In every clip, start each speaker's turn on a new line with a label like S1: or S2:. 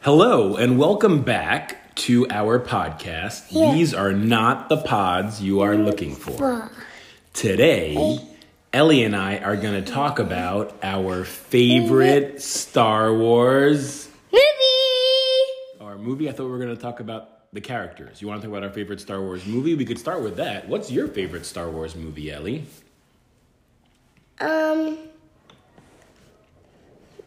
S1: Hello, and welcome back to our podcast.
S2: Yeah.
S1: These are not the pods you are looking for. Today, Ellie and I are going to talk about our favorite Star Wars
S2: Movie!
S1: or movie. I thought we were going to talk about the characters. You want to talk about our favorite Star Wars movie? We could start with that. What's your favorite Star Wars movie, Ellie?
S2: Um,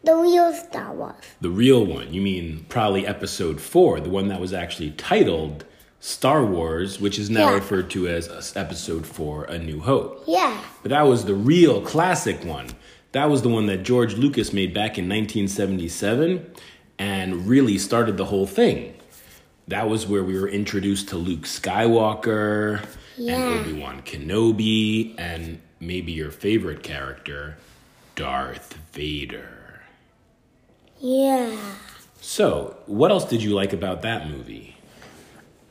S2: the real Star Wars.
S1: The real one. You mean probably episode four, the one that was actually titled Star Wars, which is now
S2: Yeah.
S1: referred to as uh, episode four, A New Hope.
S2: Yeah,
S1: But that was the real classic one. That was the one that George Lucas made back in 1977 and really started the whole thing. That was where we were introduced to Luke Skywalker
S2: Yeah.
S1: and Obi Wan Kenobi and maybe your favorite character, Darth Vader.
S2: yeah.
S1: So, what else did you like about that movie?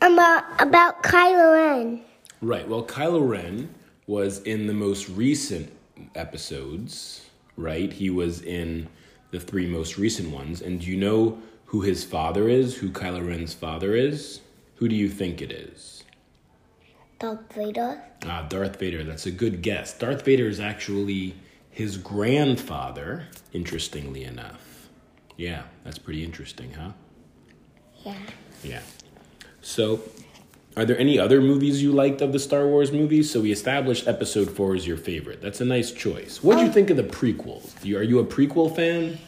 S2: About about Kylo Ren.
S1: Right. Well, Kylo Ren was in the most recent episodes, right? He was in the three most recent ones. And do you know who his father is? Who Kylo Ren's father is? Who do you think it is?
S2: Darth Vader.
S1: Ah, Darth Vader. That's a good guess. Darth Vader is actually his grandfather, interestingly enough. Yeah, that's pretty interesting, huh?
S2: Yeah.
S1: Yeah. So, are there any other movies you liked of the Star Wars movies? So we established Episode Four is your favorite. That's a nice choice. What do you think of the prequels? Do you, are you a prequel fan?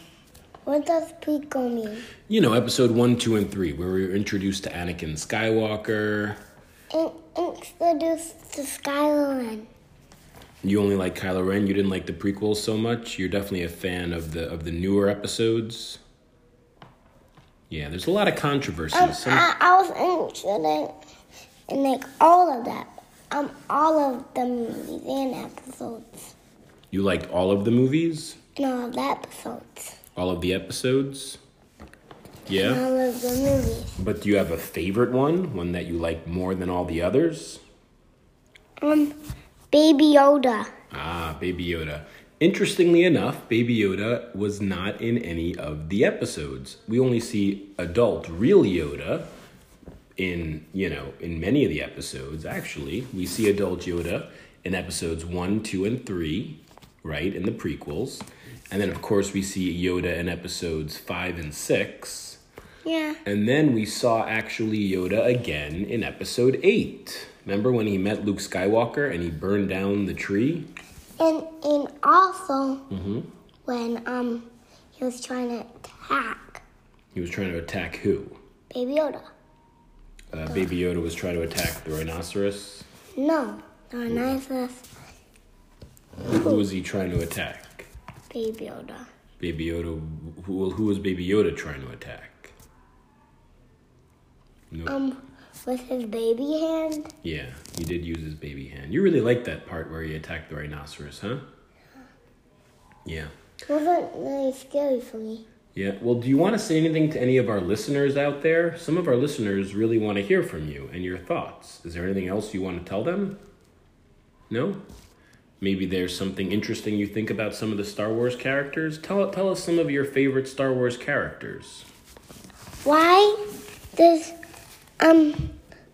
S2: What does prequel mean?
S1: You know, Episode One, Two, and Three, where we were introduced to Anakin Skywalker.
S2: In, introduce to Kylo Ren.
S1: You only like Kylo Ren. You didn't like the prequels so much. You're definitely a fan of the of the newer episodes. Yeah, there's a lot of
S2: Um,
S1: controversies. Some-
S2: I, I was interested in, in like all of that. Um, all of the movies and episodes.
S1: you liked all of the movies,
S2: And all of the episodes.
S1: all of the episodes. Yeah.
S2: And all of the movies.
S1: But do you have a favorite one? One that you like more than all the others?
S2: Um, Baby Yoda.
S1: Ah, Baby Yoda. Interestingly enough, Baby Yoda was not in any of the episodes. We only see adult real Yoda in, you know, in many of the episodes actually. We see adult Yoda in episodes 1, 2 and 3, right? In the prequels. And then of course we see Yoda in episodes 5 and 6.
S2: Yeah.
S1: And then we saw actually Yoda again in episode 8. Remember when he met Luke Skywalker and he burned down the tree?
S2: And and also when um he was trying to attack
S1: He was trying to attack who?
S2: Baby Yoda.
S1: Uh, Baby Yoda was trying to attack the rhinoceros.
S2: No, the rhinoceros
S1: Who was he trying to attack?
S2: Baby Yoda.
S1: Baby Yoda. Who, who was Baby Yoda trying to attack? No.
S2: Um, with his baby hand.
S1: Yeah, he did use his baby hand. You really liked that part where he attacked the rhinoceros, huh? Yeah.
S2: It wasn't really scary for me.
S1: Yeah. Well, do you want to say anything to any of our listeners out there? Some of our listeners really want to hear from you and your thoughts. Is there anything else you want to tell them? No? Maybe there's something interesting you think about some of the Star Wars characters? Tell, tell us some of your favorite Star Wars characters.
S2: Why does um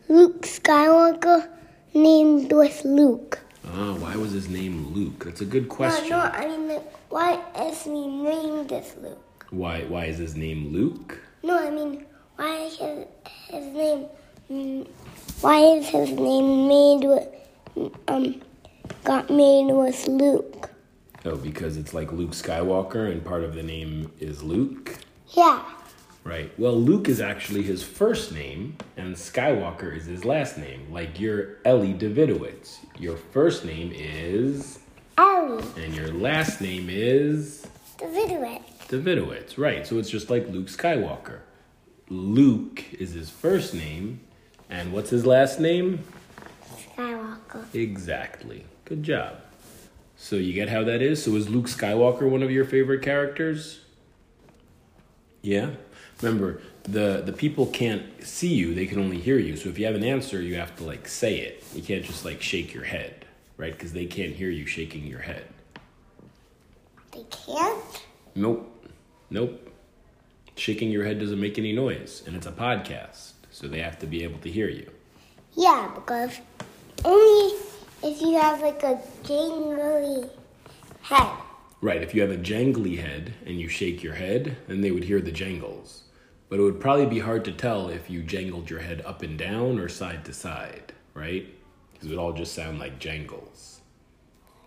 S2: Luke Skywalker named with Luke?
S1: Ah, why was his name Luke? That's a good
S2: No,
S1: question.
S2: no, I mean like, why is he named as Luke?
S1: Why, why is his name Luke?
S2: No, I mean, why is his, his name? mm, Why is his name made with? Um, got made with Luke.
S1: Oh, because it's like Luke Skywalker and part of the name is Luke?
S2: Yeah,
S1: Right. Well, Luke is actually his first name, and Skywalker is his last name. Like you're Ellie Davidowitz. Your first name is,
S2: Ari
S1: and your last name is
S2: the Vidwit.
S1: Davidowitz. Right. So it's just like Luke Skywalker. Luke is his first name, and what's his last name?
S2: Skywalker.
S1: Exactly. Good job. So you get how that is? So is Luke Skywalker one of your favorite characters? Yeah. Remember, the the people can't see you, they can only hear you. So if you have an answer, you have to like say it. You can't just like shake your head, right? Cuz they can't hear you shaking your head.
S2: They can't.
S1: Nope. Nope. shaking your head doesn't make any noise, and it's a podcast, so they have to be able to hear you.
S2: Yeah, because only if you have like a jangly head.
S1: Right, if you have a jangly head and you shake your head, then they would hear the jangles. But it would probably be hard to tell if you jangled your head up and down or side to side, right? Because it would all just sound like jangles.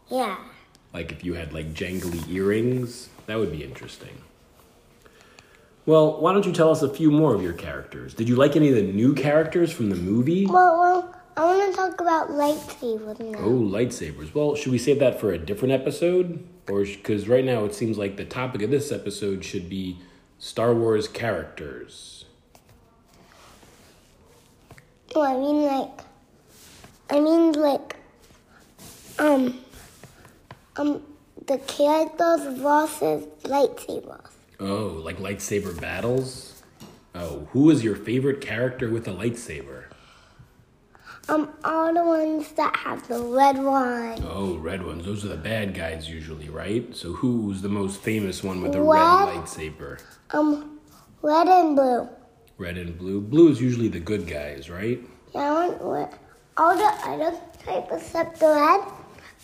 S2: Yeah.
S1: Like if you had like jangly earrings, that would be interesting. Well, why don't you tell us a few more of your characters? Did you like any of the new characters from the movie?
S2: Well, well, I want to talk about lightsabers now.
S1: Oh, lightsabers. Well, should we save that for a different episode? Or because right now it seems like the topic of this episode should be Star Wars characters.
S2: No, Oh, I mean like, I mean like, um, um, the characters versus lightsabers.
S1: Oh, like lightsaber battles? Oh, who is your favorite character with a lightsaber?
S2: Um, all the ones that have the red one.
S1: Oh, red ones. Those are the bad guys usually, right? So who's the most famous one with a
S2: What?
S1: red lightsaber?
S2: Um, red and blue.
S1: Red and blue. Blue is usually the good guys, right?
S2: Yeah, I want red. all the other type except the red.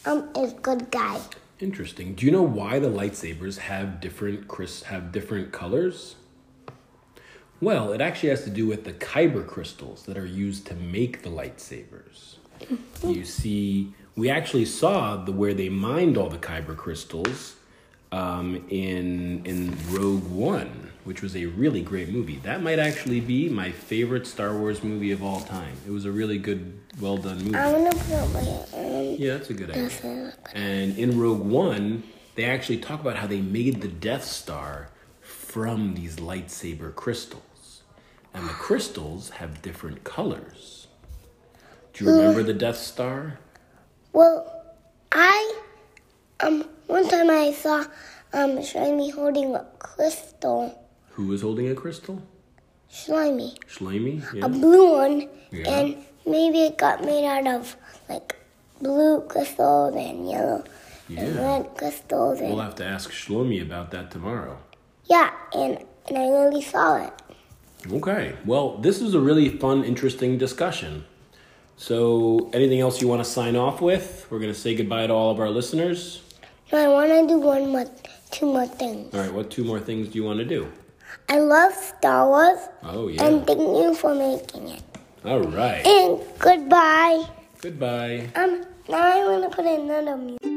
S2: Um, is good guy.
S1: Interesting. Do you know why the lightsabers have different crys- have different colors? Well, it actually has to do with the kyber crystals that are used to make the lightsabers. you see, we actually saw the where they mined all the kyber crystals um, in in Rogue One, which was a really great movie. That might actually be my favorite Star Wars movie of all time. It was a really good, well done movie.
S2: I want to put my
S1: Yeah, that's a good idea.
S2: um.
S1: And in Rogue One, they actually talk about how they made the Death Star from these lightsaber crystals. And the crystals have different colors. Do you remember the Death Star?
S2: Well, I um one time I saw um Slimy holding a crystal
S1: Who was holding a crystal?
S2: slimy,
S1: Shlomi?
S2: a
S1: Yeah.
S2: blue one,
S1: Yeah.
S2: and maybe it got made out of like blue crystals and yellow and
S1: Yeah.
S2: red crystals and
S1: We'll have to ask Shlomi about that tomorrow.
S2: yeah, and and I really saw it.
S1: Okay. Well, this is a really fun, interesting discussion. So, anything else you want to sign off with? We're going to say goodbye to all of our listeners.
S2: Now I want to do one more, two more things.
S1: All right, what two more things do you want to do?
S2: I love Star Wars,
S1: Oh, yeah.
S2: and thank you for making it.
S1: All right.
S2: And goodbye.
S1: Goodbye.
S2: Um, now I want to put another music.